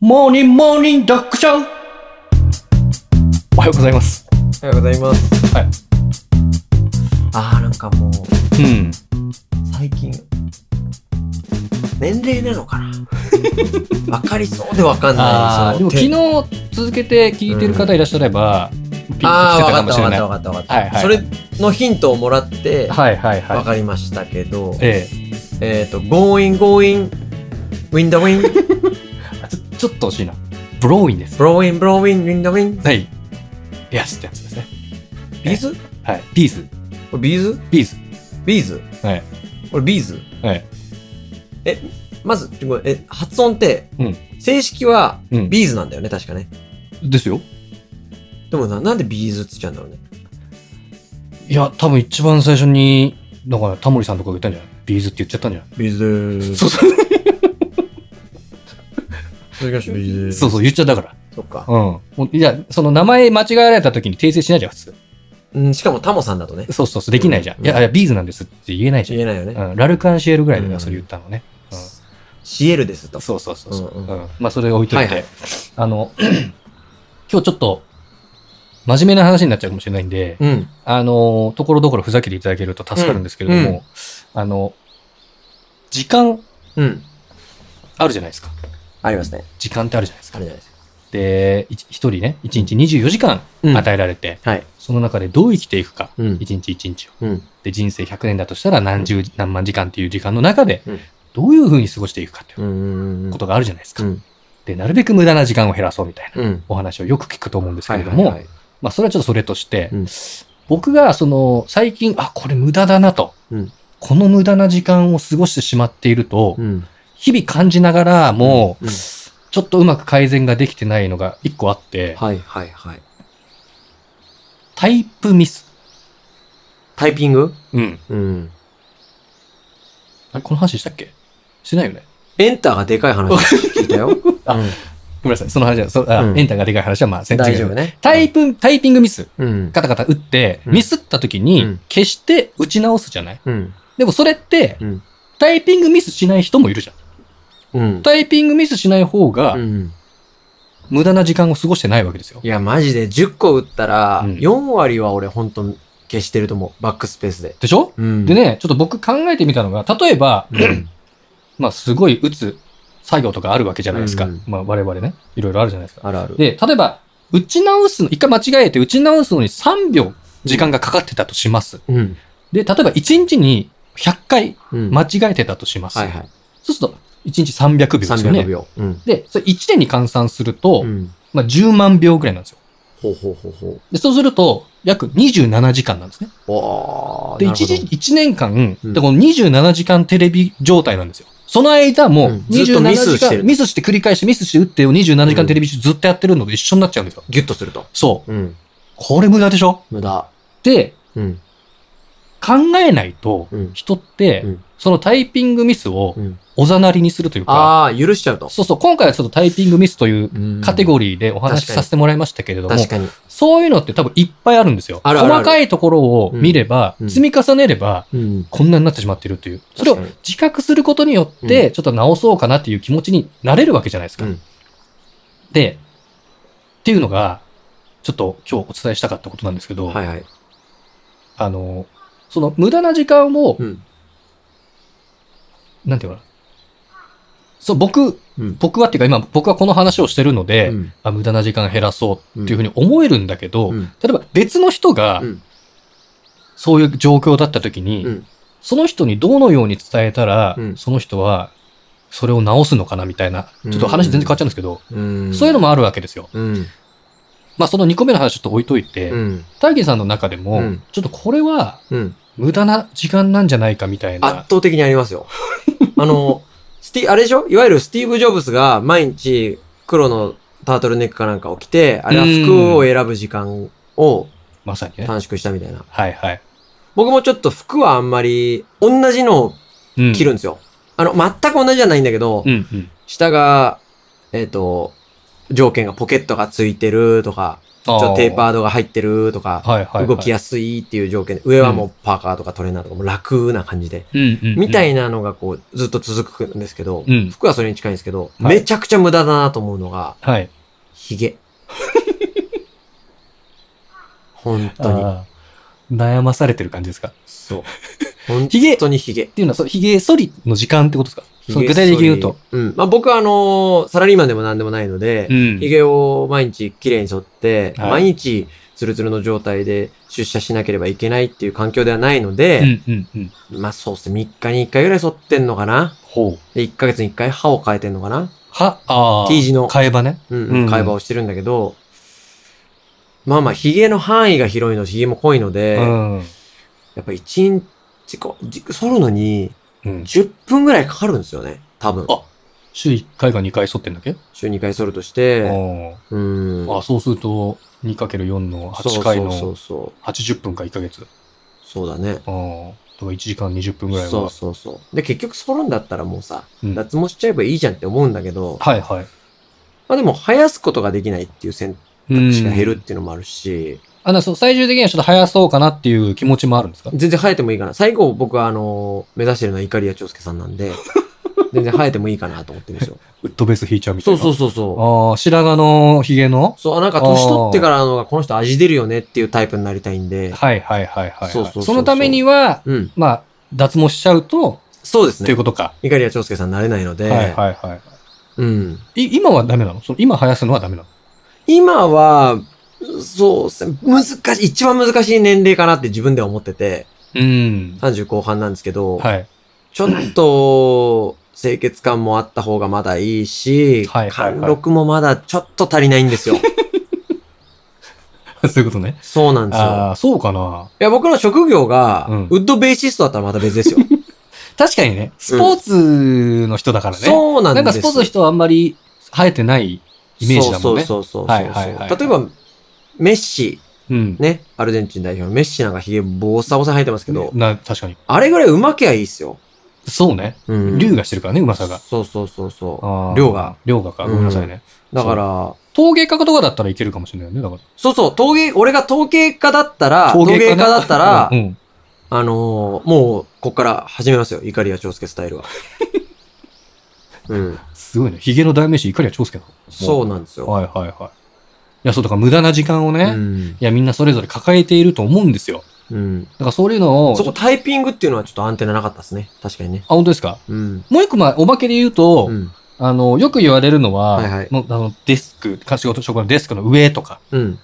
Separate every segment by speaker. Speaker 1: モーニングモーニングドッグショーおはようございます。
Speaker 2: おはようございます。
Speaker 1: はい。
Speaker 2: ああ、なんかもう、
Speaker 1: うん。
Speaker 2: 最近、年齢なの かなわかりそうでわかん
Speaker 1: あ
Speaker 2: な
Speaker 1: あ、
Speaker 2: い。
Speaker 1: でも昨
Speaker 2: その
Speaker 1: 日続けて聞いてる方いらっしゃれば、ピンと
Speaker 2: あ
Speaker 1: きてた
Speaker 2: あ、
Speaker 1: か
Speaker 2: わかっ
Speaker 1: も
Speaker 2: た
Speaker 1: しれ
Speaker 2: わか
Speaker 1: ない。は
Speaker 2: ったわかったわかった。
Speaker 1: はいはい
Speaker 2: それのヒントをもらって、
Speaker 1: いはい
Speaker 2: わ
Speaker 1: は
Speaker 2: かりましたけど、
Speaker 1: い。え
Speaker 2: えっ、ー、と、going, going, wind, wind,
Speaker 1: えちょ。ちょっと惜しいな。ブローインです。
Speaker 2: blowing, blowing, wind, wind,
Speaker 1: はい。エアスってやつですね。
Speaker 2: ビーズ
Speaker 1: はい。ビーズ。
Speaker 2: これビーズ
Speaker 1: ビーズ。
Speaker 2: ビーズ
Speaker 1: はい。
Speaker 2: これビーズ
Speaker 1: はい。
Speaker 2: え、まず、ごめんえ、発音って、
Speaker 1: うん
Speaker 2: 正式は
Speaker 1: うん。
Speaker 2: ビーズなんだよね、確かね。
Speaker 1: ですよ。
Speaker 2: でもな、なんでビーズって言っちゃうんだろうね。
Speaker 1: いや、多分一番最初に、だからタモリさんとかが言ったんじゃないビーズって言っちゃったんじゃない
Speaker 2: ビーズー
Speaker 1: そうそう。
Speaker 2: 続きましてビーズー
Speaker 1: そうそう、言っちゃったから。
Speaker 2: そっか。
Speaker 1: うんもう。いや、その名前間違えられた時に訂正しないじゃん、普通。
Speaker 2: うん、しかもタモさんだとね、
Speaker 1: そうそうそう、できないじゃん。
Speaker 2: うん
Speaker 1: いや、いやビーズなんですって言えないじ
Speaker 2: 言えないよね。
Speaker 1: ゃん。うん、ラルカンシエルぐらいで
Speaker 2: うん
Speaker 1: それ言ったのね。
Speaker 2: シエルですと。
Speaker 1: そうそうそうそう、う
Speaker 2: う
Speaker 1: んん
Speaker 2: う
Speaker 1: まあ、それ置いといて、
Speaker 2: はいはい
Speaker 1: あの、 今日ちょっと、真面目な話になっちゃうかもしれないんで、
Speaker 2: うん。
Speaker 1: あの、ところどころふざけていただけると助かるんですけれども、
Speaker 2: うんう
Speaker 1: あの、時間
Speaker 2: うん。
Speaker 1: あるじゃないですか。
Speaker 2: ありますね。
Speaker 1: 時間ってあるじゃないです
Speaker 2: あ
Speaker 1: か。
Speaker 2: れじゃないですか。
Speaker 1: で、いち一人ね、一日24時間
Speaker 2: うん
Speaker 1: 与えられて、
Speaker 2: はい。
Speaker 1: その中でどう生きていくか、
Speaker 2: うん。
Speaker 1: 一日一日を。
Speaker 2: うん。
Speaker 1: で、人生100年だとしたら何十、何万時間っていう時間の中で
Speaker 2: うん、
Speaker 1: どういうふうに過ごしていくかっていう
Speaker 2: うんうんうん。
Speaker 1: ことがあるじゃないですか。
Speaker 2: うん。
Speaker 1: で、なるべく無駄な時間を減らそうみたいな
Speaker 2: うん。
Speaker 1: お話をよく聞くと思うんですけ
Speaker 2: はい
Speaker 1: れど
Speaker 2: はい
Speaker 1: も、
Speaker 2: はい。
Speaker 1: まあ、それはちょっとそれとして、
Speaker 2: うん
Speaker 1: 僕が、その、最近、あ、これ無駄だなと、
Speaker 2: うん
Speaker 1: この無駄な時間を過ごしてしまっていると、
Speaker 2: うん。
Speaker 1: 日々感じながらも、
Speaker 2: うん
Speaker 1: ちょっとうまく改善ができてないのが一個あって、
Speaker 2: はいはいはい。
Speaker 1: タイプミス。
Speaker 2: タイピング
Speaker 1: うん。
Speaker 2: うん。
Speaker 1: あれ、この話したっけしてないよね。
Speaker 2: エンターがでかい話聞いたよ。
Speaker 1: あ
Speaker 2: うん
Speaker 1: ごめんなさい、その話は、そあ
Speaker 2: うん
Speaker 1: エンターがでかい話はまあ、全然違
Speaker 2: 大
Speaker 1: う
Speaker 2: 丈夫ね。
Speaker 1: タイプ、タイピングミス。
Speaker 2: うん。
Speaker 1: カタカタ打って、
Speaker 2: うん
Speaker 1: ミスった時
Speaker 2: う
Speaker 1: に
Speaker 2: ん、
Speaker 1: 消して打ち直すじゃない
Speaker 2: うん。
Speaker 1: でもそれって
Speaker 2: うん、
Speaker 1: タイピングミスしない人もいるじゃん。
Speaker 2: うん。
Speaker 1: タイピングミスしない方が
Speaker 2: う、ん。
Speaker 1: 無駄な時間を過ごしてないわけですよ
Speaker 2: い。や、マジで10個打ったら、
Speaker 1: うん
Speaker 2: 4割は俺ほんと消してると思う。バックスペースで。
Speaker 1: でしょ
Speaker 2: うん。
Speaker 1: でね、ちょっと僕考えてみたのが、例えば、
Speaker 2: うん。
Speaker 1: まあ、すごい打つ作業とかあるわけじゃないですか
Speaker 2: うんうん。
Speaker 1: まあ、我々ね、いろいろあるじゃないですか。
Speaker 2: あるある。
Speaker 1: で、例えば、打ち直すの、一回間違えて打ち直すのに3秒時間がかかってたとします。
Speaker 2: うん。
Speaker 1: で、例えば1日に100回
Speaker 2: うん。
Speaker 1: 間違えてたとします。
Speaker 2: はいはい。
Speaker 1: そうすると、1日300秒ですよ
Speaker 2: 300
Speaker 1: ね。
Speaker 2: 秒。うん。
Speaker 1: で、それ1年に換算すると、
Speaker 2: うん。
Speaker 1: まあ10万秒ぐらいなんですよ。
Speaker 2: ほうほうほうほ
Speaker 1: で、そうすると、約27時間なんですね。
Speaker 2: う。わー。
Speaker 1: で、
Speaker 2: なるほ
Speaker 1: 一
Speaker 2: ど
Speaker 1: 時、一年間、
Speaker 2: うん
Speaker 1: でこの27時間テレビ状態なんですよ。その間も
Speaker 2: う
Speaker 1: う、
Speaker 2: んずっと
Speaker 1: 27
Speaker 2: ミス
Speaker 1: 時
Speaker 2: して
Speaker 1: 間、
Speaker 2: る
Speaker 1: ミスして繰り返して、ミスして打ってを27時間テレビ中ずっとやってるのと一緒になっちゃうんですよ。
Speaker 2: ギュッとすると。
Speaker 1: そう。
Speaker 2: うん。
Speaker 1: これ無駄でしょ
Speaker 2: 無駄。
Speaker 1: で、
Speaker 2: うん。
Speaker 1: 考えないと
Speaker 2: うん、
Speaker 1: 人って
Speaker 2: うん、
Speaker 1: そのタイピングミスを
Speaker 2: うん
Speaker 1: おざなりにするというか、
Speaker 2: あー、許しちゃうと。
Speaker 1: そうそう、今回はちょっとタイピングミスというカテゴリーでお話
Speaker 2: 確
Speaker 1: し
Speaker 2: かに
Speaker 1: させてもらいましたけれども、
Speaker 2: 確かに。
Speaker 1: そういうのって多分いっぱいあるんですよ。
Speaker 2: あるあるある
Speaker 1: 細かいところを見れば、
Speaker 2: うん
Speaker 1: 積み重ねれば、
Speaker 2: うん。
Speaker 1: こんなになってしまっているという。それを
Speaker 2: 確かに
Speaker 1: 自覚することによって、ちょっと直そうかなっていう気持ちになれるわけじゃないですか。
Speaker 2: うん
Speaker 1: で、っていうのが、ちょっと今日お伝えしたかったことなんですけど、
Speaker 2: はいはい。
Speaker 1: あの、その無駄な時間を、
Speaker 2: うん。
Speaker 1: なんていうのかな。そう、僕、
Speaker 2: うん。
Speaker 1: 僕はっていうか今、僕はこの話をしてるので、
Speaker 2: うん
Speaker 1: あ無駄な時間減らそうっていうふうに思えるんだけど、
Speaker 2: うん。
Speaker 1: 例えば別の人が、
Speaker 2: うん
Speaker 1: そういう状況だった時に、
Speaker 2: うん
Speaker 1: その人にどのように伝えたら、
Speaker 2: うん
Speaker 1: その人はそれを直すのかなみたいな、
Speaker 2: うん
Speaker 1: ちょっと話全然変わっちゃうんですけど、
Speaker 2: うん。
Speaker 1: そういうのもあるわけですよ。
Speaker 2: うん。
Speaker 1: まあその2個目の話ちょっと置いといて、
Speaker 2: うん。
Speaker 1: ターゲンさんの中でも、
Speaker 2: うん
Speaker 1: ちょっとこれは
Speaker 2: うん。
Speaker 1: 無駄な時間なんじゃないかみたい
Speaker 2: 圧
Speaker 1: な。
Speaker 2: 倒的にありますよ。 あの、スティ、あれでしょいわゆるスティーブ・ジョブズが毎日黒のタートルネックかなんかを着て、あれは服を選ぶ時間を
Speaker 1: まさにね。
Speaker 2: 短縮したみたいな。
Speaker 1: はいはい。
Speaker 2: 僕もちょっと服はあんまり、同じのを
Speaker 1: うん
Speaker 2: 着るんですよ。あの、全く同じじゃないんだけど、
Speaker 1: うんうん。
Speaker 2: 下が、えっ、と、条件がポケットがついてるとか、ちょっとテーパードが入ってるとか、
Speaker 1: はいはいはい。
Speaker 2: 動きやすいっていう条件で、上はもうパーカーとかトレーナーとかも楽な感じで、
Speaker 1: うんうんうん
Speaker 2: みたいなのがこうずっと続くんですけど、
Speaker 1: うん
Speaker 2: 服はそれに近いんですけど、
Speaker 1: はい
Speaker 2: めちゃくちゃ無駄だなと思うのが、
Speaker 1: はい。
Speaker 2: ヒゲ。本当に。
Speaker 1: あー悩まされてる感じですかっ
Speaker 2: そう。本
Speaker 1: ヒゲ
Speaker 2: 当にヒゲ。
Speaker 1: ていうのは、その髭剃りの時間ってことですか
Speaker 2: ヒゲ
Speaker 1: その具体的に言うと。
Speaker 2: 剃り。うん。まあ僕はあのーサラリーマンでも何でもないので、
Speaker 1: ん
Speaker 2: ヒゲを毎日綺麗に剃って、
Speaker 1: はい
Speaker 2: 毎日ツルツルの状態で出社しなければいけないっていう環境ではないので、
Speaker 1: うんうんうん。
Speaker 2: まあそうっすね、3日に1回ぐらい剃ってんのかな
Speaker 1: ほう。
Speaker 2: で ?1 ヶ月に1回歯を変えてんのかな
Speaker 1: は、ああ。
Speaker 2: T 字の
Speaker 1: 替え刃ね。
Speaker 2: うん
Speaker 1: う
Speaker 2: うんん、会話をしてるんだけど、まあまあ、髭の範囲が広いの、髭も濃いので、
Speaker 1: うん。
Speaker 2: やっぱ1日こじ剃るのに
Speaker 1: うん。
Speaker 2: 10分ぐらいかかるんですよね、多分。
Speaker 1: あ週1回か2回剃ってんだっけ
Speaker 2: 週2回剃るとし
Speaker 1: あ
Speaker 2: て、
Speaker 1: ー
Speaker 2: うん。
Speaker 1: あ、そうすると、2×4 の8回
Speaker 2: そうそう
Speaker 1: の
Speaker 2: そう。
Speaker 1: 80分か1ヶ月。
Speaker 2: そうだね。
Speaker 1: ああ。だから1時間20分ぐらいは。
Speaker 2: そうそうそう。で、結局剃るんだったらもうさ、
Speaker 1: うん
Speaker 2: 脱毛しちゃえばいいじゃんって思うんだけど、
Speaker 1: はいはい。
Speaker 2: まあでも生やすことができないっていう選択肢が減るっ
Speaker 1: うん。
Speaker 2: ていうのもあるし、
Speaker 1: あ、なそう、最終的にはちょっと生やそうかなっていう気持ちもあるんですか
Speaker 2: 全然生えてもいいかな。最後僕はあのー目指してるのはイカリア長介さんなんで、 全然生えてもいいかなと思ってるんですよ。
Speaker 1: ウッドベース引いちゃうみたい
Speaker 2: そう
Speaker 1: な。
Speaker 2: そううそうそう。
Speaker 1: ああ、白髪の髭の
Speaker 2: そう、なんか年取ってからのがこの人味出るよねっていうタイプになりたいんで、
Speaker 1: はいはいはいはいはい。
Speaker 2: そうそうそうそう
Speaker 1: のためには、
Speaker 2: うん、
Speaker 1: まあ、脱毛しちゃうと、
Speaker 2: そうです
Speaker 1: ってい
Speaker 2: ね
Speaker 1: う。ことか。
Speaker 2: イカリア長介さんなれないので、
Speaker 1: はいはいはい。
Speaker 2: うん。
Speaker 1: い今はダメなのその今生やすのはダメなの
Speaker 2: 今は、そうですね、難しい、一番難しい年齢かなって自分では思ってて、
Speaker 1: うん。
Speaker 2: 30後半なんですけど、
Speaker 1: はい。
Speaker 2: ちょっと、清潔感もあった方がまだいいし、
Speaker 1: はいはいはい
Speaker 2: 貫禄もまだちょっと足りないんですよ。
Speaker 1: そういうことね。
Speaker 2: そうなんですよ。
Speaker 1: ああ、そうかな。
Speaker 2: いや、僕の職業が、
Speaker 1: うん
Speaker 2: ウッドベーシストだったらまた別 ですよ。
Speaker 1: 確かにね、スポーツの人だからね。
Speaker 2: そうなん
Speaker 1: な
Speaker 2: です
Speaker 1: んかスポーツの人はあんまり生えてないイメージだもんね。う
Speaker 2: そうそうそうそうそう。
Speaker 1: はいはいはい
Speaker 2: 例えば、メッシ、
Speaker 1: ん。
Speaker 2: ね、アルゼンチン代表のメッシなんかヒゲボーサボサ生えてますけど、
Speaker 1: な、確かに。
Speaker 2: あれぐらいうまきゃいいっすよ。
Speaker 1: そうね。
Speaker 2: うん。
Speaker 1: 龍がしてるからね、うまさが。
Speaker 2: そうそうそうそ
Speaker 1: あー
Speaker 2: 龍が。
Speaker 1: 龍がか。ごめんなさいね。
Speaker 2: う。だから、
Speaker 1: 陶芸家とかだったらいけるかもしれないよね。だか
Speaker 2: そうそう、陶芸、俺が陶芸家だったら、
Speaker 1: ら。
Speaker 2: 陶芸家
Speaker 1: な
Speaker 2: だったら
Speaker 1: う、ん。
Speaker 2: あのーもう、こっから始めますよ。イカリア長介スタイ ルは。うん。
Speaker 1: すごいね。ヒゲの代名詞、いかりや長介だ。
Speaker 2: そうなんですよ。
Speaker 1: はいはいはい。いや、そう、だから無駄な時間をね、
Speaker 2: う
Speaker 1: い
Speaker 2: ん。
Speaker 1: や、みんなそれぞれ抱えていると思うんですよ。
Speaker 2: うん。
Speaker 1: だからそういうのを、
Speaker 2: そこタイピングっていうのはちょっとアンテナなかったですね。確かにね。
Speaker 1: あ、本当ですか
Speaker 2: うん。
Speaker 1: もう一個、まあ、おまけで言うと、
Speaker 2: うん。
Speaker 1: あの、よく言われるのは、
Speaker 2: はいはい
Speaker 1: もうあのデスク、か仕事、職場のデスクの上とか、
Speaker 2: うん。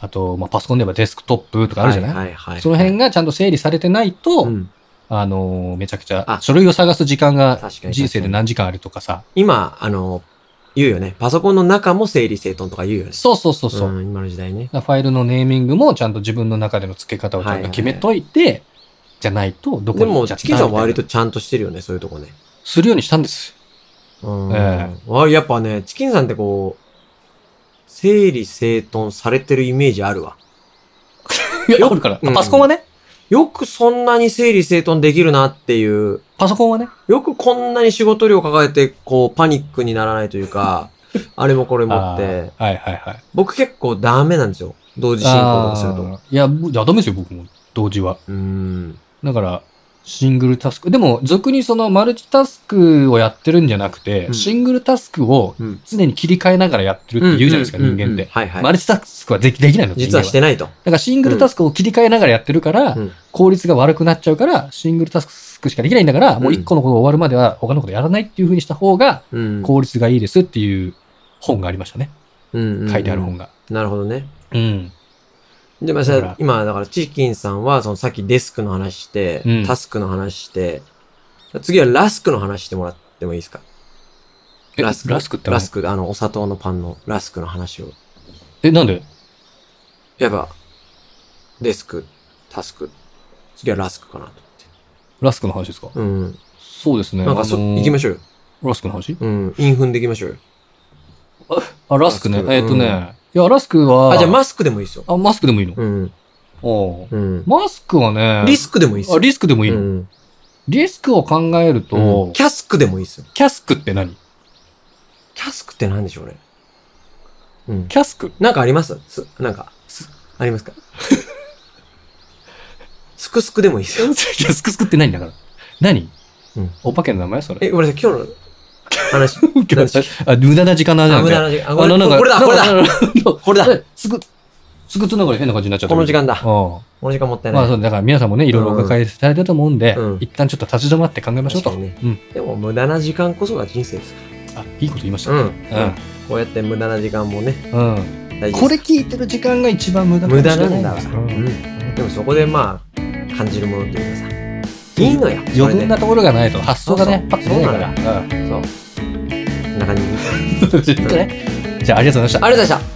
Speaker 1: あと、まあ、パソコンで言えばデスクトップとかあるじゃない、
Speaker 2: はいはいはい。
Speaker 1: その辺がちゃんと整理されてないと、
Speaker 2: うん。
Speaker 1: あの、めちゃくちゃ
Speaker 2: あ、
Speaker 1: 書類を探す時間が
Speaker 2: 確かに。
Speaker 1: 人生で
Speaker 2: 確かに
Speaker 1: 何時間あるとかさ。
Speaker 2: 今、あの、言うよね。パソコンの中も整理整頓とか言うよね。
Speaker 1: そうそうそうそう。
Speaker 2: ん今の時代ね。
Speaker 1: だからファイルのネーミングもちゃんと自分の中での付け方をちゃんと決めといて、じゃないと、どこ
Speaker 2: で
Speaker 1: に行
Speaker 2: も、
Speaker 1: っちゃった
Speaker 2: チキンさんは割
Speaker 1: みた
Speaker 2: と
Speaker 1: いな
Speaker 2: ちゃんとしてるよね、そういうとこね。
Speaker 1: するようにしたんです。
Speaker 2: うん。
Speaker 1: え
Speaker 2: わやっぱね、チキンさんってこう、整理整頓されてるイメージあるわ。
Speaker 1: いや、
Speaker 2: よ
Speaker 1: あるから。
Speaker 2: うん
Speaker 1: パソコンはね、
Speaker 2: よくそんなに整理整頓できるなっていう、
Speaker 1: パソコンはね、
Speaker 2: よくこんなに仕事量抱えて、こう、パニックにならないとい うか、あれもこれもっ
Speaker 1: あ
Speaker 2: て、
Speaker 1: ーはいはいはい。
Speaker 2: 僕結構ダメなんですよ。同時進行とかすると。
Speaker 1: あーいや、ぶいやダメですよ、僕も。同時は。
Speaker 2: うーん。
Speaker 1: だから、シングルタスク。でも、俗にそのマルチタスクをやってるんじゃなくて、
Speaker 2: うん
Speaker 1: シングルタスクを
Speaker 2: うん
Speaker 1: 常に切り替えながらやってるって言うじゃないですか、人間っ
Speaker 2: うんうんうん
Speaker 1: て。
Speaker 2: はいはい。
Speaker 1: マルチタスクはできできないの
Speaker 2: 実はして
Speaker 1: ない。
Speaker 2: ないと。
Speaker 1: だからシングルタスクを切り替えながらやってるから、
Speaker 2: うん
Speaker 1: 効率が悪くなっちゃうから、シングルタスクしかできないんだから、もう
Speaker 2: うん
Speaker 1: 一個のこと終わるまでは他のことやらないっていうふうにした方が
Speaker 2: うん。
Speaker 1: 効率がいいですっていう本がありましたね。
Speaker 2: うん
Speaker 1: 書いてある本。が。
Speaker 2: なるほどね。
Speaker 1: うん。
Speaker 2: で、まあ、
Speaker 1: だから
Speaker 2: 今、だから、チキンさんは、その、さっきデスクの話して、
Speaker 1: うん
Speaker 2: タスクの話して、次はラスクの話してもらってもいいですか
Speaker 1: え
Speaker 2: ラスク。
Speaker 1: ラスクってあの
Speaker 2: ラスク、あの、お砂糖のパンのラスクの話を。
Speaker 1: え、なんで
Speaker 2: やっぱ、デスク、タスク、次はラスクかなと
Speaker 1: ラスクの話ですか
Speaker 2: 思って。
Speaker 1: そうです
Speaker 2: う
Speaker 1: ね。
Speaker 2: ん。なんか、そ、
Speaker 1: あのー
Speaker 2: 行きましょうよ。
Speaker 1: ラスクの話
Speaker 2: うん。インフンで行きましょうよ。
Speaker 1: あ、ラスクね
Speaker 2: ラ。スク
Speaker 1: えっ、とね、いや、ラスクは、
Speaker 2: あ、じゃあ、マスクでもいいですよ。
Speaker 1: あマスクでもいいの、
Speaker 2: うん。
Speaker 1: おう
Speaker 2: うん。
Speaker 1: マスクはね、
Speaker 2: リスクでもいいです
Speaker 1: あ
Speaker 2: よ。
Speaker 1: リスクでもいいの、
Speaker 2: うん
Speaker 1: リスクを考えると、
Speaker 2: うん
Speaker 1: キ
Speaker 2: キ
Speaker 1: ャ
Speaker 2: ャスクでもいいですよ。
Speaker 1: キャスクって何
Speaker 2: キャスクって何でしょうね。うん。
Speaker 1: キャスク。
Speaker 2: なんかありますす、なんか、す、ありま すかすくすくでもいいですよ。
Speaker 1: キャスク作ってないんだから。何、
Speaker 2: うん
Speaker 1: お化けの名前それ。
Speaker 2: え、ごめんなさい、今日の話。
Speaker 1: 今日あ、無駄な時間の話
Speaker 2: あ、
Speaker 1: なん
Speaker 2: 無
Speaker 1: だ
Speaker 2: 駄
Speaker 1: よ。
Speaker 2: な時間。あ、
Speaker 1: あ
Speaker 2: これ
Speaker 1: なんか
Speaker 2: これだ、これだ、
Speaker 1: だ
Speaker 2: これだ。
Speaker 1: すぐ、すぐつながり変な感じになっちゃった。
Speaker 2: この時間だ
Speaker 1: うん。
Speaker 2: この時間もったい
Speaker 1: ま
Speaker 2: な
Speaker 1: あ
Speaker 2: い。
Speaker 1: そう、だから皆さんもね、いろいろお抱えされてると思うんで、
Speaker 2: うん
Speaker 1: 一旦ちょっと立ち止まって考えましょうと。
Speaker 2: 確か
Speaker 1: うん。
Speaker 2: でも無駄な時間こそが人生ですか
Speaker 1: あ、いいこと言いました。
Speaker 2: ら。
Speaker 1: う。
Speaker 2: うんん。こうやって無駄な時間もね、
Speaker 1: うん。
Speaker 2: 大事
Speaker 1: こ
Speaker 2: で
Speaker 1: れ
Speaker 2: す。
Speaker 1: 聞いてる時間が一番無駄かも
Speaker 2: 無
Speaker 1: しれ
Speaker 2: 駄
Speaker 1: ない
Speaker 2: なん
Speaker 1: で
Speaker 2: だか
Speaker 1: す
Speaker 2: ら。うん。でもそこでまあ、感じるものというかさ、いいのよ。それで
Speaker 1: 余分なところがないと発想がね、パ
Speaker 2: そう
Speaker 1: ッ
Speaker 2: そ
Speaker 1: と
Speaker 2: う
Speaker 1: 出ないから。うん。
Speaker 2: そう。こんな感じ。あ り
Speaker 1: ちょっとねじゃあありがとうございました。
Speaker 2: がとうございました。